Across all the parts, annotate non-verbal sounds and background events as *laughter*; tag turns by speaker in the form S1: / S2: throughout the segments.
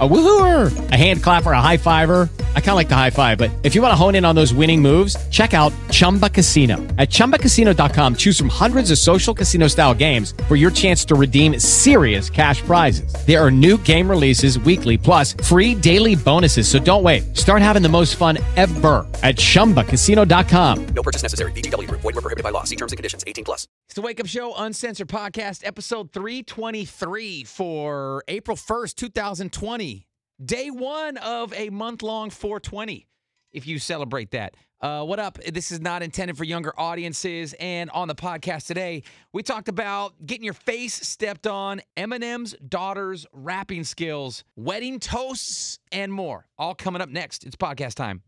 S1: A woohooer, a hand clapper, a high fiver. I kind of like the high five, but if you want to hone in on those winning moves, check out Chumba Casino. At chumbacasino.com, choose from hundreds of social casino style games for your chance to redeem serious cash prizes. There are new game releases weekly, plus free daily bonuses. So don't wait. Start having the most fun ever at chumbacasino.com.
S2: No purchase necessary. VGW Group. Void were prohibited by law. See terms and conditions. 18 plus.
S3: It's the Wake Up Show Uncensored Podcast, episode 323 for April 1st, 2020. Day one of a month long 420, if you celebrate that. Uh, what up? This is not intended for younger audiences. And on the podcast today, we talked about getting your face stepped on, Eminem's daughter's rapping skills, wedding toasts, and more. All coming up next. It's podcast time.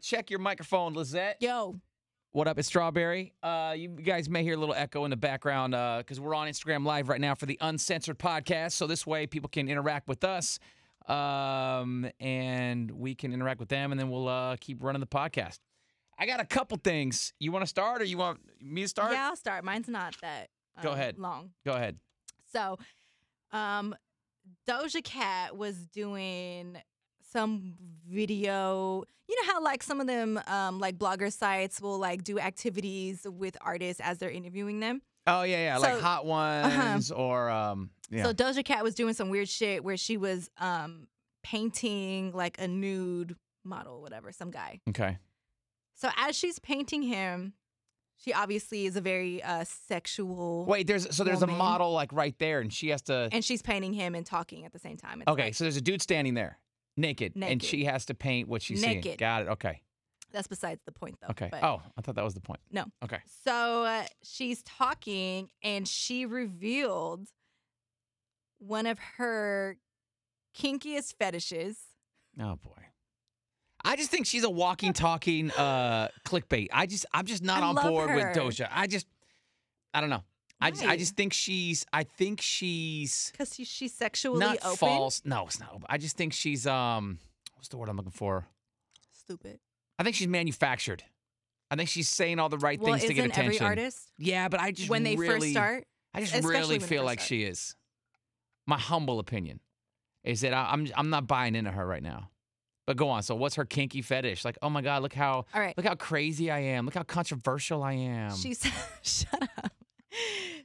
S3: Check your microphone, Lizette.
S4: Yo,
S3: What up? It's Strawberry. Uh, you guys may hear a little echo in the background because we're on Instagram Live right now for the Uncensored podcast. So this way, people can interact with us, um, and we can interact with them, and then we'll uh, keep running the podcast. I got a couple things. You want to start, or you want me to start?
S4: yeah, I'll start. Mine's not that.
S3: Go
S4: um,
S3: ahead.
S4: Long.
S3: Go ahead.
S4: So, um, Doja Cat was doing some video. You know how like some of them um like blogger sites will like do activities with artists as they're interviewing them.
S3: Oh yeah, yeah, like
S4: So- uh-huh.
S3: hot ones or um, yeah.
S4: So Doja Cat was doing some weird shit where she was um painting like a nude model, whatever, some guy.
S3: okay.
S4: So as she's painting him, she obviously is a very uh sexual
S3: Wait, there's so there's a
S4: Woman.
S3: model like right there, and she has to.
S4: and she's painting him and talking at the same time. It's
S3: okay,
S4: like-
S3: so there's a dude standing there, naked, and
S4: Naked.
S3: she has to paint what she's seeing.
S4: Naked.
S3: Got it. Okay.
S4: That's besides the point, though.
S3: Okay.
S4: but-
S3: Oh, I thought that was the point.
S4: No.
S3: Okay.
S4: So uh, she's talking, and she revealed one of her kinkiest fetishes.
S3: Oh boy. I just think she's
S4: *laughs*
S3: a walking, talking uh, clickbait. I just, I'm just not
S4: I
S3: on
S4: love
S3: board with
S4: her.
S3: Doja. I just, I don't know. I just, I
S4: Why?
S3: just think she's, I think she's
S4: Because she, she's sexually
S3: not
S4: open.
S3: false. No, it's not. open. I just think she's, um, what's the word I'm looking for?
S4: Stupid.
S3: I think she's manufactured. I think she's saying all the right
S4: well,
S3: things
S4: isn't
S3: to get attention.
S4: every artist
S3: yeah, but I just
S4: when they first
S3: really-
S4: start?
S3: I just
S4: especially
S3: really
S4: when they
S3: feel
S4: first
S3: like
S4: start.
S3: she is. My humble opinion is that I, I'm I'm not buying into her right now. But go on. So what's her kinky fetish? Like, oh my god, look how
S4: All right.
S3: look how crazy I am. Look how controversial I am.
S4: She says, *laughs* shut up.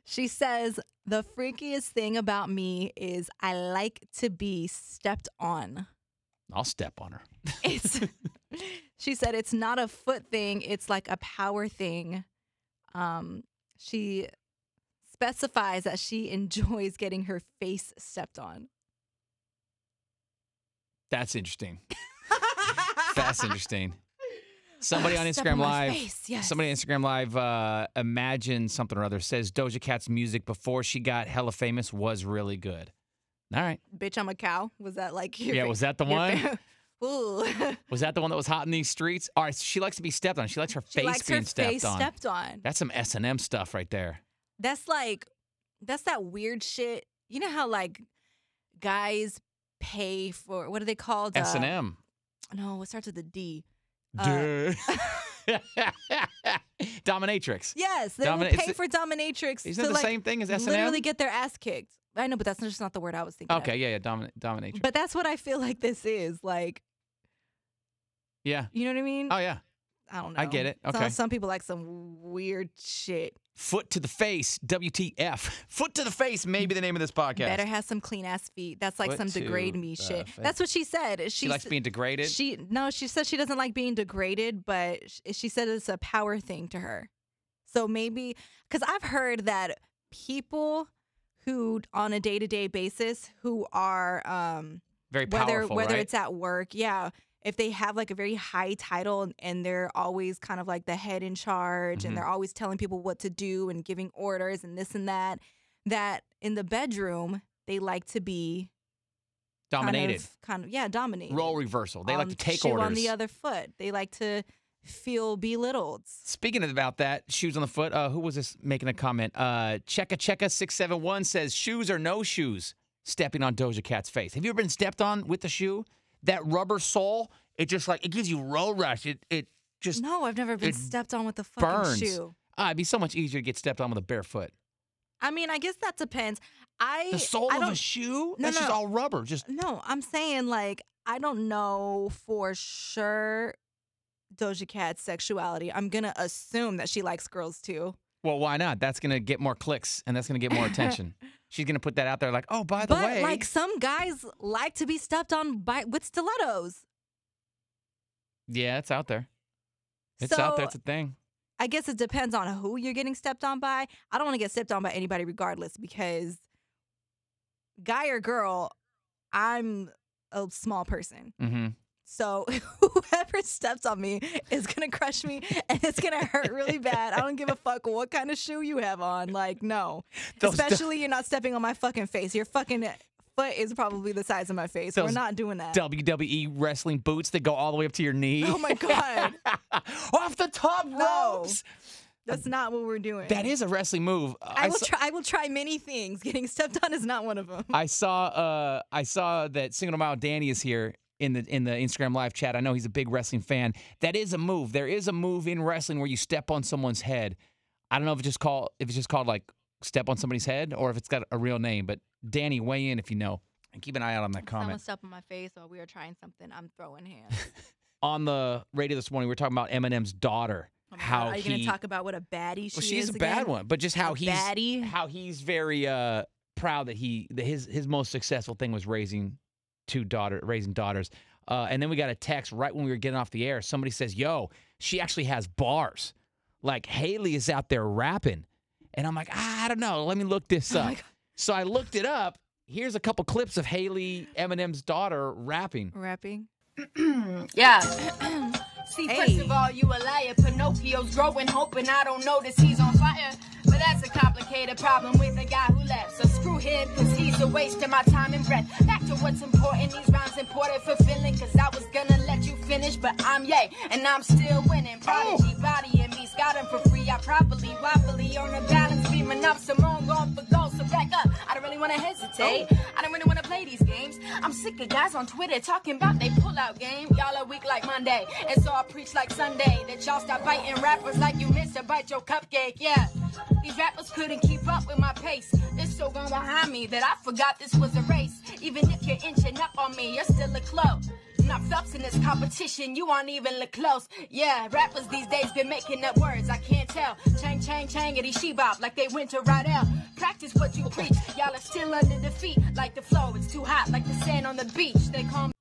S4: She says, the freakiest thing about me is I like to be stepped on.
S3: I'll step on her.
S4: It's *laughs* she said it's not a foot thing, it's like a power thing. Um she specifies that she enjoys getting her face stepped on.
S3: That's interesting.
S4: *laughs*
S3: That's interesting. Somebody
S4: Ah,
S3: on
S4: step
S3: Instagram
S4: my
S3: Live.
S4: face, yes.
S3: Somebody on Instagram Live. Uh, imagine something or other says Doja Cat's music before she got hella famous was really good. All right.
S4: Bitch, I'm a cow. Was that like your
S3: Yeah.
S4: fa-
S3: Was that the
S4: your
S3: one?
S4: fa- *laughs* Ooh. *laughs*
S3: Was that the one that was hot in these streets? All right, so she likes to be stepped on. She likes her
S4: she
S3: face
S4: likes
S3: being
S4: her
S3: stepped
S4: face
S3: on.
S4: stepped on.
S3: That's some S and M stuff right there.
S4: That's like that's that weird shit. You know how like guys pay for what are they called?
S3: S and M.
S4: Uh, no, it starts with a D. uh, *laughs*
S3: Duh. Dominatrix.
S4: Yes, they
S3: Domina-
S4: will
S3: it's
S4: pay
S3: the-
S4: for dominatrix.
S3: Isn't
S4: to,
S3: it the
S4: like,
S3: same thing as S and
S4: literally
S3: M?
S4: get their ass kicked. I know, but that's just not the word I was thinking. of.
S3: Okay, yeah, yeah, domin-
S4: *laughs*
S3: dominatrix.
S4: But that's what I feel like this is. Like,
S3: yeah.
S4: you know what I mean?
S3: Oh yeah.
S4: I don't know.
S3: I get it.
S4: Some-
S3: Okay.
S4: Some, people like some weird shit.
S3: Foot to the face. WTF? Foot to the face may be the name of this podcast.
S4: Better have some clean ass feet. That's like
S3: Foot
S4: some
S3: to
S4: degrade me
S3: the
S4: shit.
S3: face.
S4: That's what she said. She,
S3: she likes
S4: s-
S3: being degraded.
S4: She no, she says she doesn't like being degraded, but sh- she said it's a power thing to her. So maybe because I've heard that people who on a day to day basis who are um,
S3: Very
S4: whether
S3: powerful,
S4: whether
S3: right?
S4: it's at work, yeah. If they have like a very high title and- and they're always kind of like the head in charge
S3: Mhm.
S4: and they're always telling people what to do and giving orders and this and that, that in the bedroom they like to be kind of-
S3: Dominated.
S4: kind of, yeah, dominated.
S3: Role reversal. They like
S4: on-
S3: to take
S4: shoe
S3: orders.
S4: Um, on the other foot. They like to feel belittled.
S3: Speaking about that, shoes on the foot. Uh, who was this making a comment? Uh, Checka Checka six seven one says shoes or no shoes. Stepping on Doja Cat's face. Have you ever been stepped on with the shoe? That rubber sole. It just like it gives you road rash. It it just
S4: No, I've never been
S3: It
S4: stepped on with a fucking
S3: burns.
S4: shoe.
S3: Ah, it'd be so much easier to get stepped on with a bare foot.
S4: I mean, I guess that depends. I
S3: The sole
S4: Eh, I
S3: of a
S4: don't-
S3: shoe?
S4: No,
S3: That's just
S4: no.
S3: all rubber. Just
S4: No, I'm saying like I don't know for sure Doja Cat's sexuality. I'm gonna assume that she likes girls too.
S3: well, why not? That's gonna get more clicks and that's gonna get more
S4: *laughs*
S3: attention. She's gonna put that out there like, oh, by the
S4: but
S3: way,
S4: like some guys like to be stepped on by with stilettos.
S3: yeah, it's out there. It's
S4: so
S3: out there. It's a thing.
S4: I guess it depends on who you're getting stepped on by. I don't want to get stepped on by anybody regardless because guy or girl, I'm a small person.
S3: Mm-hmm.
S4: So *laughs* whoever steps on me is gonna crush me and it's gonna hurt really bad. I don't give a fuck what kind of shoe you have on. Like no,
S3: *laughs* Those du-
S4: especially you're not stepping on my fucking face. Your fucking foot is probably the size of my face. We're
S3: Those
S4: not doing that.
S3: WWE E wrestling boots that go all the way up to your knee.
S4: Oh
S3: *laughs*
S4: my god,
S3: Off the top
S4: No.
S3: ropes.
S4: that's not what we're doing.
S3: That is a wrestling move.
S4: I will
S3: saw-
S4: try. I will try many things. Getting stepped on is not one of them.
S3: I saw uh I saw that single mile Danny is here in the in the Instagram live chat. I know he's a big wrestling fan. That is a move. There is a move in wrestling where you step on someone's head. I don't know if it's just called if it's just called like step on somebody's head or if it's got a real name, but Danny, weigh in if you know. And keep an eye out on that comment.
S4: stepped on my face while we were trying something. I'm throwing hands.
S3: *laughs* On the radio this morning, we were talking about Eminem's daughter. how
S4: Oh are you
S3: he,
S4: gonna talk about what a baddie she
S3: well, she's
S4: is?
S3: a bad
S4: again?
S3: one, but just how
S4: A
S3: he's
S4: baddie.
S3: how he's very uh, proud that he that his his most successful thing was raising two daughter raising daughters. Uh, and then we got a text right when we were getting off the air. Somebody says, "Yo, she actually has bars. Like Haley is out there rapping." And I'm like, "Ah, "I don't know. Let me look this
S4: Oh my
S3: up."
S4: God.
S3: So I looked it up. Here's a couple clips of Haley Eminem's daughter rapping.
S4: Rapping.
S5: Yeah. *clears throat* See,
S4: Hey.
S5: first of all, you a liar. Pinocchio's growing, hoping I don't notice he's on fire. But that's a complicated problem with the guy who left. So screw him, cause he's a waste of my time and breath. Back to what's important, these rhymes important, fulfilling. Cause I was gonna let you finish, but I'm yay, and I'm still winning. Prodigy body in me's got him for free. I properly wobbly on a balance beaming up. Simone going for gold, so back up. I don't really wanna hesitate. I don't really wanna play these games. I'm sick of guys on Twitter talking about they pull out game. Y'all are weak like Monday, and so I preach like Sunday. That y'all stop biting rappers like you missed a bite your cupcake. Yeah, these rappers couldn't keep up with my pace. They're so gone behind me that I forgot this was a race. Even if you're inching up on me, you're still a close. Not Phelps in this competition, you aren't even look close. Yeah, rappers these days been making up words, I can't tell. Chang, chang, chang, itty shebop, like they went to Rydell. Practice what you preach, y'all are still under defeat. Like the flow, it's too hot, like the sand on the beach. They call me.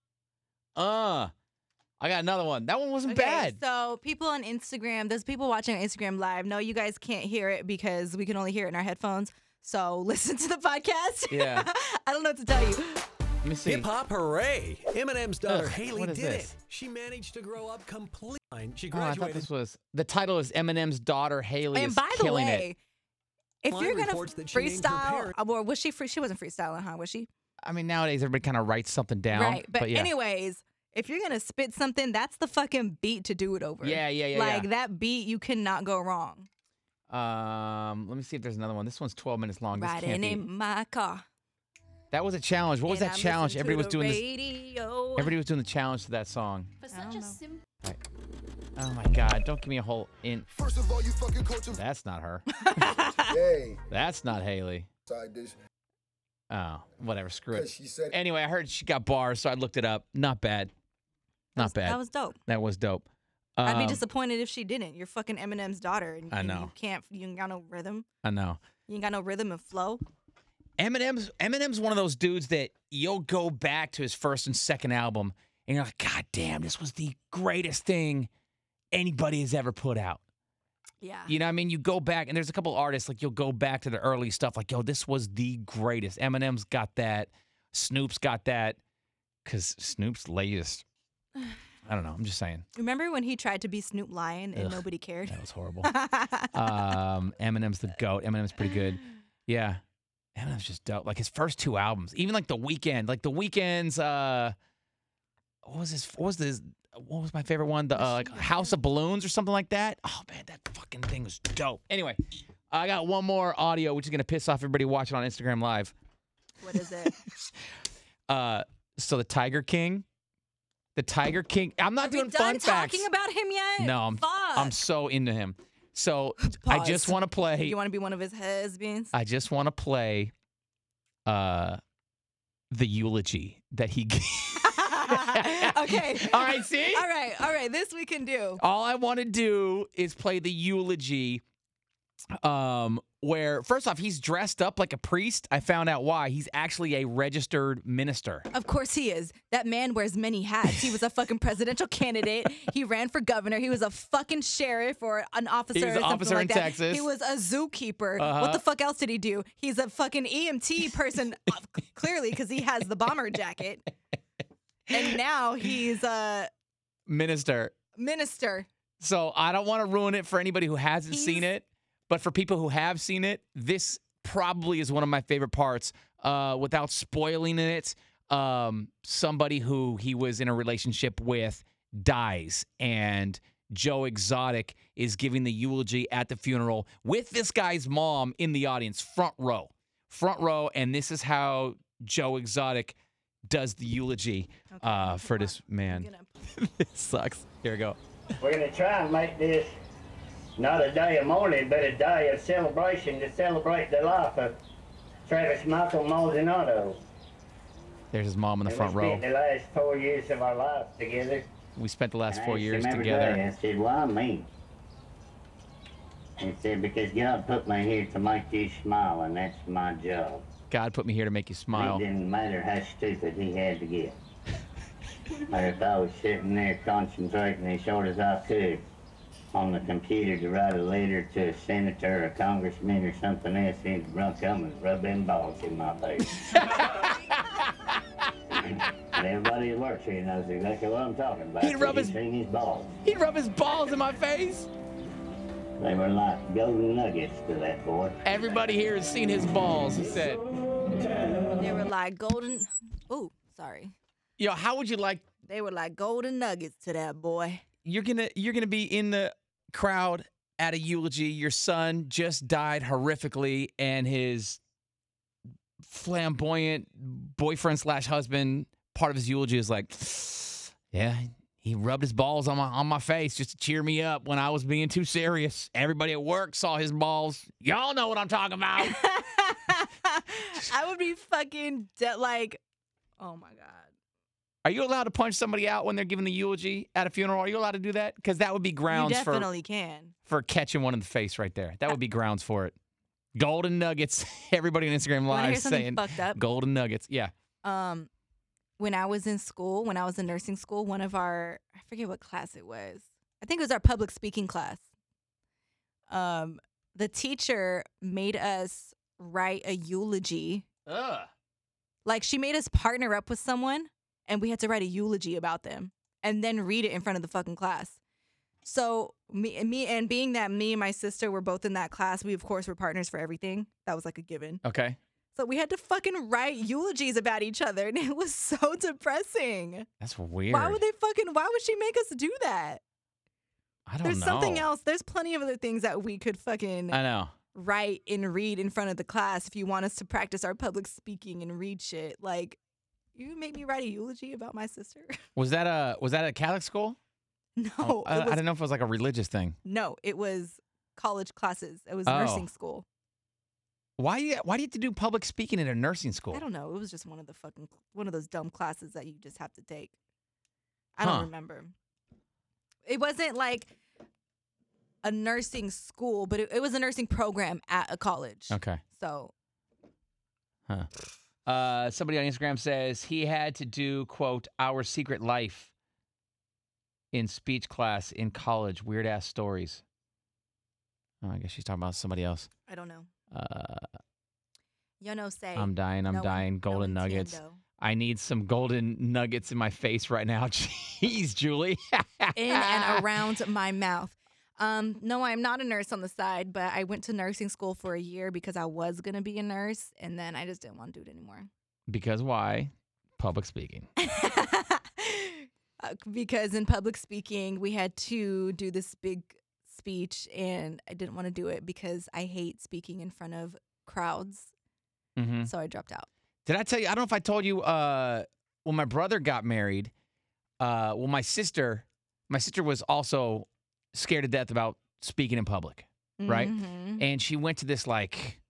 S3: Uh, I got another one. That one wasn't
S4: Okay,
S3: bad.
S4: So people on Instagram, there's people watching on Instagram live. No, you guys can't hear it because we can only hear it in our headphones. So *laughs* listen to the podcast.
S3: Yeah.
S4: *laughs* I don't know what to tell you.
S3: Let me see.
S6: Hip hop hooray! Eminem's daughter
S3: Ugh,
S6: Haley
S3: what
S6: did
S3: is
S6: it.
S3: this?
S6: She managed to grow up completely. She
S3: Oh, I thought
S6: graduated.
S3: this was the title is Eminem's daughter Haley
S4: and
S3: is
S4: by the
S3: killing
S4: way,
S3: it.
S4: if
S6: Klein
S4: you're gonna
S6: reports that she named her
S4: freestyle,
S6: parents-
S4: uh, well, was she free? She wasn't freestyling, huh? Was she?
S3: I mean, nowadays everybody kind of writes something down,
S4: Right. But,
S3: yeah.
S4: anyways, if you're gonna spit something, that's the fucking beat to do it over.
S3: Yeah, yeah, yeah,
S4: Like
S3: yeah.
S4: that beat, you cannot go wrong.
S3: Um, let me see if there's another one. This one's 12 minutes long. This can't
S4: Riding
S3: be-
S4: in my car.
S3: That was a challenge. What was
S4: and
S3: that
S4: I'm
S3: challenge?
S4: listening to
S3: Everybody was
S4: the
S3: doing this.
S4: radio.
S3: Everybody was doing the challenge to that song.
S5: For
S4: I don't
S5: such a
S4: know.
S5: simple.
S3: Oh my God! Don't give me a whole in.
S7: First of all, you fucking culture
S6: *laughs*
S3: That's
S4: *laughs*
S3: not her.
S7: gay.
S3: That's not Haley.
S7: Side dish.
S3: Oh, whatever. Screw
S7: 'Cause
S3: it.
S7: she said
S3: Anyway, I heard she got bars, so I looked it up. Not bad. Not bad.
S4: That was dope.
S3: That was dope.
S4: I'd be
S3: Um,
S4: disappointed if she didn't. You're fucking Eminem's daughter, and,
S3: I
S4: and
S3: know.
S4: you can't. You ain't got no rhythm.
S3: I know.
S4: You ain't got no rhythm and flow.
S3: Eminem's Eminem's one of those dudes that you'll go back to his first and second album, and you're like, God damn, this was the greatest thing anybody has ever put out.
S4: Yeah.
S3: You know, what I mean, you go back, and there's a couple artists like you'll go back to the early stuff, like, yo, this was the greatest. Eminem's got that, Snoop's got that, because Snoop's latest. *sighs* I don't know. I'm just saying
S4: Remember when he tried to be Snoop Lion and
S3: Ugh.
S4: nobody cared?
S3: that was horrible. um, Eminem's the goat. Eminem's pretty good. Yeah, Eminem's just dope. Like his first two albums, even like the weekend, like the weekend's. Uh, what was his? What was this? What was my favorite one? The uh, like House of Balloons or something like that. Oh man, that fucking thing was dope. Anyway, I got one more audio, which is gonna piss off everybody watching on Instagram Live.
S4: *laughs* what is it?
S3: Uh, so the Tiger King, the Tiger King. I'm not
S4: Are we
S3: doing
S4: done
S3: fun facts.
S4: talking about him yet?
S3: no, I'm,
S4: Fuck.
S3: I'm so into him. So I just
S4: Pause.
S3: want to play.
S4: You want to be one of his husbands?
S3: I just want to play uh the eulogy that he *laughs* gave.
S4: *laughs* okay.
S3: *laughs* All right, see?
S4: All right. All right. This we can do.
S3: All I want to do is play the eulogy um where first off he's dressed up like a priest. I found out why. He's actually a registered minister.
S4: Of course he is. That man wears many hats. He was a fucking presidential candidate. He ran for governor. He was a fucking sheriff or an officer.
S3: He was
S4: or
S3: an
S4: something
S3: officer
S4: like
S3: in
S4: that.
S3: Texas.
S4: He was a zookeeper.
S3: Uh-huh.
S4: What the fuck else did he do? He's a fucking EMT person, uh, c- clearly, because he has the bomber jacket. And now he's a
S3: Minister.
S4: minister.
S3: So I don't want to ruin it for anybody who hasn't seen
S4: He's-
S3: it, but for people who have seen it, this probably is one of my favorite parts. Uh, without spoiling it, um, somebody who he was in a relationship with dies, and Joe Exotic is giving the eulogy at the funeral with this guy's mom in the audience, front row, front row, and this is how Joe Exotic does the eulogy uh, for this man.
S4: gonna-
S3: *laughs* it sucks. Here we go.
S8: We're going to try and make this not a day of mourning, but a day of celebration to celebrate the life of Travis Michael Maldonado.
S3: There's his mom in the front
S8: we
S3: row.
S8: spent the last four years of our lives together.
S3: We spent the last four
S8: I just
S3: years
S8: remember
S3: together.
S8: that. I said, why me? He said, because God put me here to make you smile, and that's my job.
S3: God put me here to make you smile.
S8: It didn't matter how stupid he had
S3: *laughs*
S8: to get. or if I was sitting there concentrating as short as I could on the computer to write a letter to a senator or a congressman or something else, he'd run come and rub them balls in my
S3: *laughs*
S8: face. and everybody that works here knows exactly what I'm talking about.
S3: He'd rub
S8: 'cause
S3: his-
S8: seen his balls.
S3: He'd rub his balls in my face.
S8: They were like golden nuggets to that boy.
S3: Everybody here has seen his balls. He said,
S4: They were like golden. Oh, sorry.
S3: "Yo, how would you like?
S4: They were like golden nuggets to that boy.
S3: You're gonna you're gonna be in the crowd at a eulogy. Your son just died horrifically, and his flamboyant boyfriend slash husband. Part of his eulogy is like, yeah." He rubbed his balls on my on my face just to cheer me up when I was being too serious. Everybody at work saw his balls. Y'all know what I'm
S4: *laughs*
S3: talking about.
S4: I would be fucking de- like, oh my god,
S3: Are you allowed to punch somebody out when they're giving the eulogy at a funeral? Are you allowed to do that? Because that would be
S4: you
S3: grounds for,
S4: definitely can.
S3: for catching one in the face right there. That would be grounds for it. Golden nuggets. *laughs* Everybody on Instagram
S4: Want to
S3: live
S4: hear something
S3: saying
S4: fucked up?
S3: golden nuggets. Yeah.
S4: Um, when I was in school, when I was in nursing school, one of our I forget what class it was. I think it was our public speaking class. Um, the teacher made us write a eulogy.
S3: Ugh.
S4: Like she made us partner up with someone, and we had to write a eulogy about them, and then read it in front of the fucking class. So me, me, and being that me and my sister were both in that class, we of course were partners for everything. That was like a given.
S3: Okay.
S4: So we had to fucking write eulogies about each other, and it was *laughs* so depressing.
S3: That's weird.
S4: Why would they fucking? Why would she make us do that?
S3: I don't
S4: There's
S3: know.
S4: something else. There's plenty of other things that we could fucking
S3: I know.
S4: write and read in front of the class if you want us to practice our public speaking and read shit. Like, you made me write a eulogy about my sister. *laughs*
S3: Was that a was that a Catholic school?
S4: no,
S3: Oh, I, I
S4: Oh, it was,
S3: didn't know if it was like a religious thing.
S4: no, it was college classes. It was
S3: Oh.
S4: nursing school.
S3: Why you why do you have to do public speaking in a nursing school?
S4: I don't know. It was just one of the fucking one of those dumb classes that you just have to take. I don't
S3: Huh.
S4: remember. It wasn't like a nursing school, but it, it was a nursing program at a college.
S3: Okay.
S4: So
S3: Uh, somebody on Instagram says he had to do quote our secret life in speech class in college. Weird ass stories. Oh, I guess she's talking about somebody else.
S4: I don't know.
S3: Uh,
S4: You know, say
S3: I'm dying. I'm
S4: no one-
S3: dying.
S4: no one
S3: golden nuggets.
S4: tiendo.
S3: I need some golden nuggets in my face right now. *laughs* Jeez, Julie.
S4: in
S3: *laughs*
S4: and around my mouth. Um, no, I'm not a nurse on the side, but I went to nursing school for a year because I was gonna be a nurse, and then I just didn't want to do it anymore.
S3: Because why? Public speaking.
S4: Uh, because in public speaking, we had to do this big speech, and I didn't want to do it because I hate speaking in front of crowds.
S3: Mm-hmm.
S4: So I dropped out.
S3: Did I tell you? I don't know if I told you. Uh, when my brother got married, uh, well, my sister, my sister was also scared to death about speaking in public, right?
S4: Mm-hmm.
S3: And she went to this like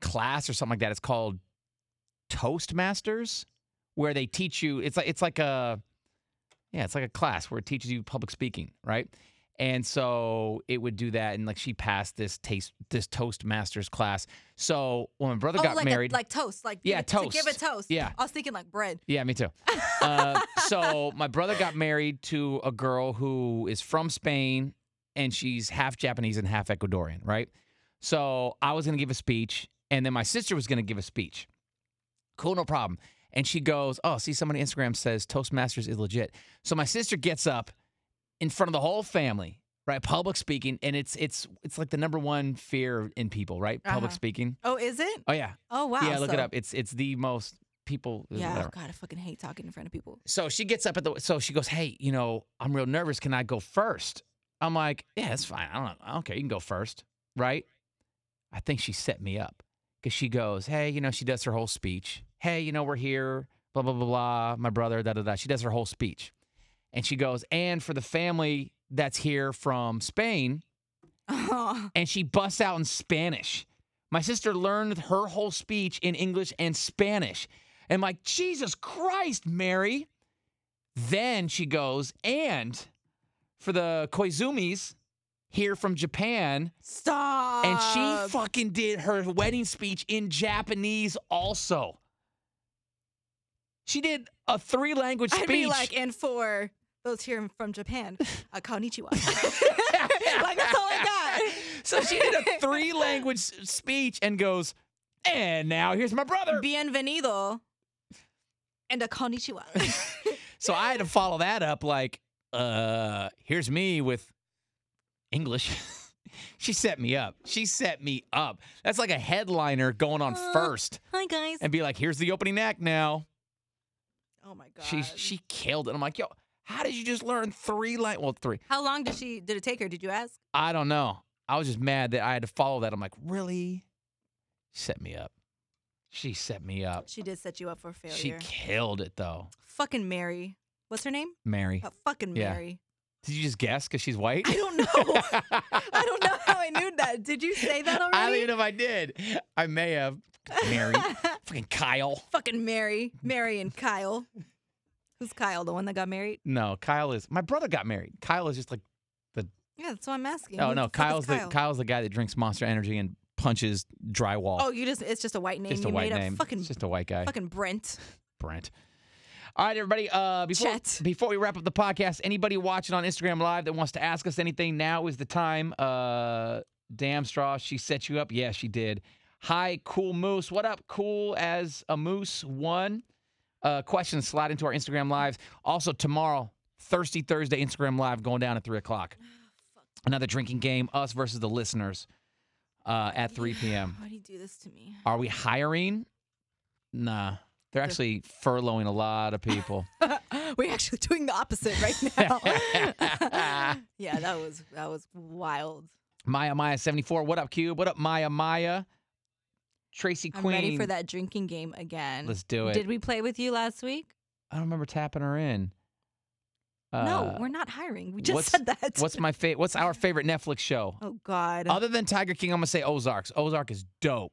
S3: class or something like that. It's called Toastmasters, where they teach you. It's like it's like a yeah, it's like a class where it teaches you public speaking, right? And so it would do that, and like she passed this taste this Toastmasters class. So when my brother
S4: Oh,
S3: got
S4: like
S3: married,
S4: a, like toast, like
S3: Yeah,
S4: give, it- To give
S3: toast.
S4: a toast.
S3: Yeah.
S4: I was thinking like bread.
S3: yeah, me too.
S4: *laughs*
S3: Uh, so my brother got married to a girl who is from Spain, and she's half Japanese and half Ecuadorian, right? So I was gonna give a speech, and then my sister was gonna give a speech. Cool, no problem. And she goes, "Oh, see, someone on Instagram says Toastmasters is legit." So my sister gets up in front of the whole family, right? Public speaking, and it's it's it's like the number one fear in people, right? Public
S4: Uh-huh.
S3: speaking.
S4: Oh, is it?
S3: Oh yeah,
S4: Oh wow.
S3: yeah. Look it
S4: so-
S3: up. It's it's the most people.
S4: Yeah.
S3: whatever.
S4: Oh, God, I fucking hate talking in front of people. *laughs*
S3: So she gets up at the so she goes, "Hey, you know, I'm real nervous. Can I go first? I'm like, "Yeah, that's fine. I don't I don't care. You can go first, right?" I think she set me up cuz she goes, "Hey, you know, she does her whole speech. Hey, you know, we're here, blah blah blah blah, my brother, da da da." She does her whole speech. And she goes, "And for the family that's here from Spain,
S4: Oh,
S3: and she busts out in Spanish. My sister learned her whole speech in English and Spanish. And I'm like, Jesus Christ, Mary. Then she goes, and for the Koizumis here from Japan,
S4: stop.
S3: and she fucking did her wedding speech in Japanese also. She did a three language
S4: *laughs*
S3: speech.
S4: I'd be like, and for those here from
S3: *laughs*
S4: Japan, uh, konnichiwa. *laughs* like that's all I
S3: so she did
S4: *laughs*
S3: a three language speech and goes, and now here's my brother.
S4: got. Bienvenido and a
S3: *laughs*
S4: konnichiwa.
S3: So I had to follow that up like, uh, here's me with English. *laughs* she set me up. She set me up. That's like a headliner going on
S4: Uh,
S3: first
S4: Hi guys.
S3: and be like, here's the opening act now.
S4: Oh my God.
S3: She she killed it. I'm like, yo, how did you just learn three line well, three.
S4: How long did she? Did it take her? Did you ask?
S3: I don't know. I was just mad that I had to follow that. I'm like, really? Set me up. She set me up.
S4: She did set you up for failure.
S3: She killed it though.
S4: fucking Mary. What's her name?
S3: Mary.
S4: Uh, fucking
S3: Yeah.
S4: Mary.
S3: Did you just guess because
S4: *laughs*
S3: she's white? *laughs*
S4: I don't know. I don't know how I knew that. Did you say that already?
S3: *laughs* I don't even know if I did. I may have.
S4: *laughs*
S3: Mary. Fucking Kyle.
S4: fucking Mary, Mary and Kyle. Who's Kyle? The one that got married?
S3: No, Kyle is my brother got married. Kyle is just like
S4: Yeah, that's what I'm asking.
S3: oh
S4: Who
S3: no,
S4: the fuck
S3: Kyle's
S4: is
S3: the
S4: Kyle?
S3: Kyle's the guy that drinks Monster Energy and punches drywall.
S4: Oh, you just—it's just a white name.
S3: just a
S4: you
S3: white
S4: made
S3: name.
S4: up fucking
S3: It's just a white guy.
S4: fucking Brent.
S3: Brent. All right, everybody. Uh, before
S4: Chet.
S3: before we wrap up the podcast, anybody watching on Instagram Live that wants to ask us anything, now is the time. Uh, damn straw, she set you up. Yeah, she did. Hi, cool moose. What up, cool as a moose? One uh, question. Slide into our Instagram Lives. Also tomorrow, Thirsty Thursday Instagram Live going down at three o'clock. Another drinking game. Us versus the listeners uh, at three p.m.
S4: Why do you do this to me?
S3: Are we hiring? Nah. They're actually furloughing a lot of
S4: *laughs*
S3: people.
S4: We're actually doing the opposite
S3: *laughs*
S4: right now. *laughs* yeah, that was that was wild.
S3: Maya Maya 74. What up, Cube? What up, Maya Maya? Tracy
S4: I'm
S3: Queen.
S4: ready for that drinking game again.
S3: Let's do it.
S4: Did we play with you last week?
S3: I don't remember tapping her in.
S4: no,
S3: Uh,
S4: we're not *laughs* hiring. We just
S3: what's-
S4: said that.
S3: What's my fa- what's our favorite Netflix show?
S4: *laughs* oh God.
S3: Other than Tiger King, I'm gonna say Ozarks. Ozark is dope.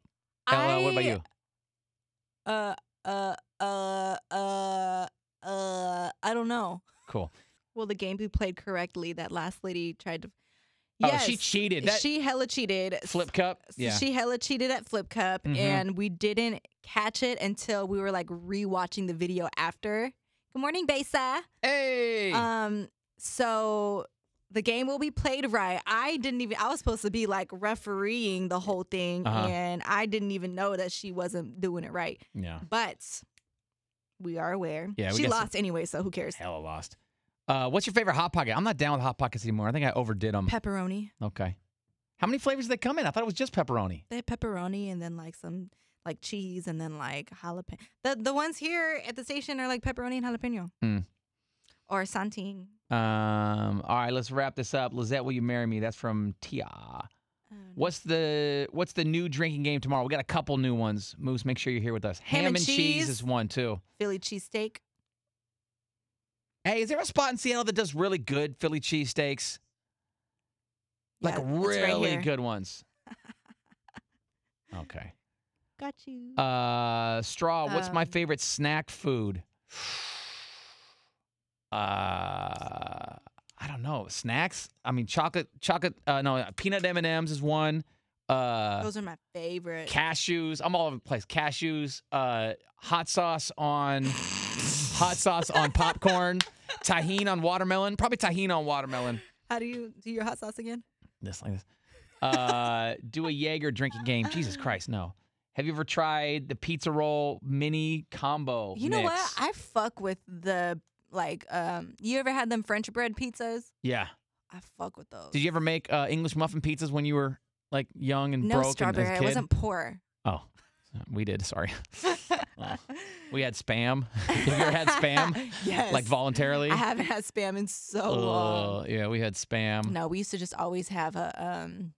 S3: LL, what about
S4: I-
S3: you?
S4: Uh, uh, uh, uh, uh. I don't know.
S3: Cool.
S4: Will the game be played correctly? That last lady tried to.
S3: Oh, she cheated. That
S4: she hella cheated. S-
S3: flip cup.
S4: s-
S3: Yeah.
S4: She hella cheated at Flip Cup,
S3: Mhm.
S4: and we didn't catch it until we were like rewatching the video after. Good morning, Besa.
S3: hey.
S4: Um, so the game will be played right. I didn't even. I was supposed to be like refereeing the whole thing,
S3: Uh-huh.
S4: and I didn't even know that she wasn't doing it right.
S3: yeah.
S4: But we are aware.
S3: Yeah, we
S4: she
S3: got some-
S4: lost anyway, so who cares?
S3: Hella lost. Uh, what's your favorite hot pocket? I'm not down with hot pockets anymore. I think I overdid them.
S4: Pepperoni.
S3: Okay. How many flavors do they come in? I thought it was just pepperoni.
S4: They had pepperoni and then like some like cheese and then like jalapeno. The the ones here at the station are like pepperoni and jalapeno.
S3: Mm.
S4: Or santin.
S3: Um, all right, let's wrap this up. Lizette, will you marry me? That's from Tia.
S4: Oh, no.
S3: What's the what's the new drinking game tomorrow? We got a couple new ones. Moose, make sure you're here with us.
S4: Ham and cheese.
S3: is one too.
S4: Philly cheesesteak.
S3: Hey, is there a spot in Seattle that does really good Philly cheesesteaks? Like
S4: Yeah, it's right
S3: really
S4: here. *laughs*
S3: good ones. okay.
S4: Got you.
S3: Uh, straw. What's my
S4: Um,
S3: favorite snack food? *sighs* Uh, I don't know. Snacks. I mean, chocolate. Chocolate. Uh, no, peanut M and M's is one. Uh,
S4: Those are my favorite.
S3: cashews. I'm all over the place. Cashews, uh, hot sauce on
S4: *laughs*
S3: hot sauce on popcorn, tahine on watermelon. Probably tahine on watermelon.
S4: How do you do your hot sauce again?
S3: This like this. Uh, do a Jaeger drinking game. Jesus Christ, no. Have you ever tried the pizza roll mini combo?
S4: You know what?
S3: Oh, mix?
S4: I fuck with the like. Um, you ever had them French bread pizzas?
S3: yeah.
S4: I fuck with those.
S3: Did you ever make uh, English muffin pizzas when you were like young and
S4: No
S3: broke
S4: strawberry.
S3: and as a
S4: I
S3: kid?
S4: wasn't poor.
S3: Oh, we
S4: *laughs*
S3: did. Sorry. *laughs* Oh. We had spam. *laughs* Have you ever had spam?
S4: *laughs* Yes.
S3: Like voluntarily?
S4: I haven't had spam in so long.
S3: Ugh, yeah, we had spam.
S4: No, we used to just always have a um,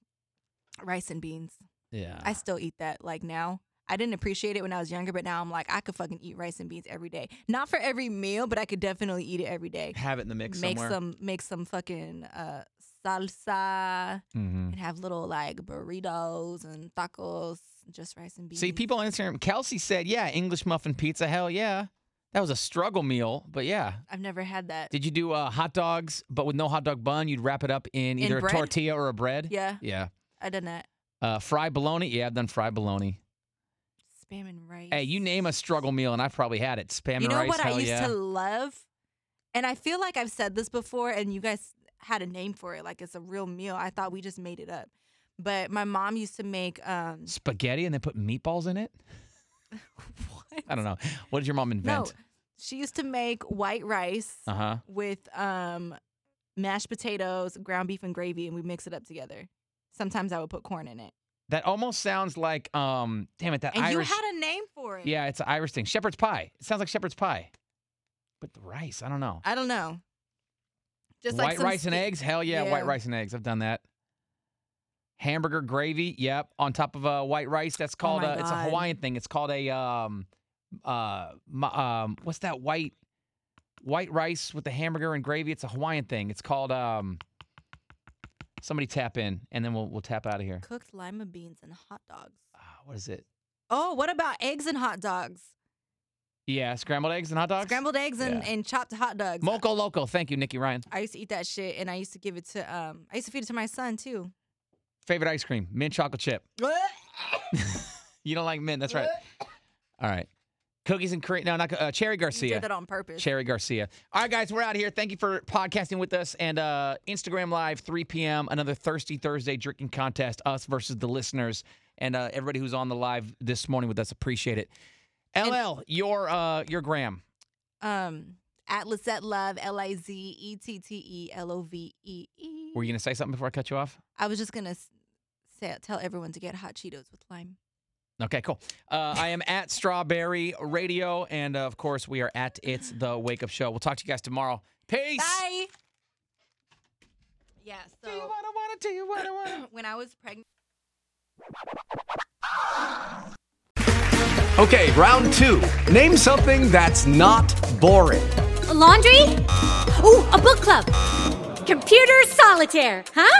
S4: rice and beans.
S3: Yeah.
S4: I still eat that like now. I didn't appreciate it when I was younger, but now I'm like, I could fucking eat rice and beans every day. Not for every meal, but I could definitely eat it every
S3: *laughs*
S4: day.
S3: have it in the mix
S4: make
S3: somewhere.
S4: some make some fucking uh, salsa
S3: Mhm.
S4: and have little like burritos and tacos, just rice and beans.
S3: See, people on Instagram, Kelsey said, yeah, English muffin pizza. Hell yeah. That was a struggle meal, but yeah.
S4: I've never had that.
S3: Did you do uh, hot dogs, but with no hot dog bun? You'd wrap it up in either a
S4: bread?
S3: tortilla or a bread?
S4: yeah,
S3: Yeah.
S4: I done that.
S3: Uh, fry bologna? Yeah, I've done fry bologna.
S4: Spam and rice.
S3: Hey, you name a struggle meal, and I've probably had it. Spam
S4: You
S3: and
S4: know
S3: rice.
S4: what I
S3: hell
S4: used
S3: yeah.
S4: to love? And I feel like I've said this before and you guys had a name for it. Like it's a real meal. I thought we just made it up. But my mom used to make um
S3: Spaghetti and they put meatballs in it? I don't know. *laughs* What did your mom
S4: No.
S3: invent?
S4: She used to make white rice
S3: Uh huh.
S4: with um mashed potatoes, ground beef and gravy and we mix it up together. Sometimes I would put corn in it.
S3: That almost sounds like, um, damn it, that
S4: And you
S3: Irish.
S4: had a name for it.
S3: Yeah, it's an Irish thing. Shepherd's pie. It sounds like shepherd's pie. But the rice, I don't know.
S4: I don't know. Just
S3: white
S4: like some
S3: rice and
S4: spe-
S3: eggs? Hell yeah, white
S4: Yeah.
S3: rice and eggs. I've done that. Hamburger gravy, yep, on top of uh, white rice. That's called
S4: Oh my
S3: uh, it's a
S4: God.
S3: Hawaiian thing. It's called a um uh ma- um what's that white white rice with the hamburger and gravy? It's a Hawaiian thing. It's called um somebody tap in and then we'll we'll tap out of here.
S4: Cooked lima beans and hot dogs.
S3: Uh, what is it?
S4: Oh, what about eggs and hot dogs?
S3: Yeah, scrambled eggs and hot dogs.
S4: Scrambled eggs and,
S3: Yeah.
S4: and chopped hot dogs.
S3: Moco Loco. Thank you, Nikki Ryan.
S4: I used to eat that shit, and I used to give it to um. I used to feed it to my son too.
S3: Favorite ice cream, mint chocolate chip. You don't like mint,
S4: *laughs*
S3: that's right. All right. Cookies and cream. No, not co- uh, Cherry
S4: You did
S3: Garcia.
S4: that on purpose.
S3: Cherry Garcia. All right, guys, we're out of here. Thank you for podcasting with us and uh, Instagram Live, 3 p.m. Another Thirsty Thursday drinking contest, us versus the listeners, and uh, everybody who's on the live this morning with us. Appreciate it. LL, your uh, your gram.
S4: um, at Lisette Love, L I Z E T T E L O V E E.
S3: Were you gonna say something before I cut you off?
S4: I was just gonna s- say, tell everyone to get hot Cheetos with lime.
S3: Okay, cool. Uh, I am at Strawberry Radio, and uh, of course, we are at It's the Wake Up Show. We'll talk to you guys tomorrow. Peace.
S4: Bye. Yeah. So
S3: I don't wanna do what I wanna-
S4: *coughs* when I was pregnant.
S6: Okay, round two. Name something that's not boring.
S9: laundry? Ooh, a book club. Computer solitaire, huh?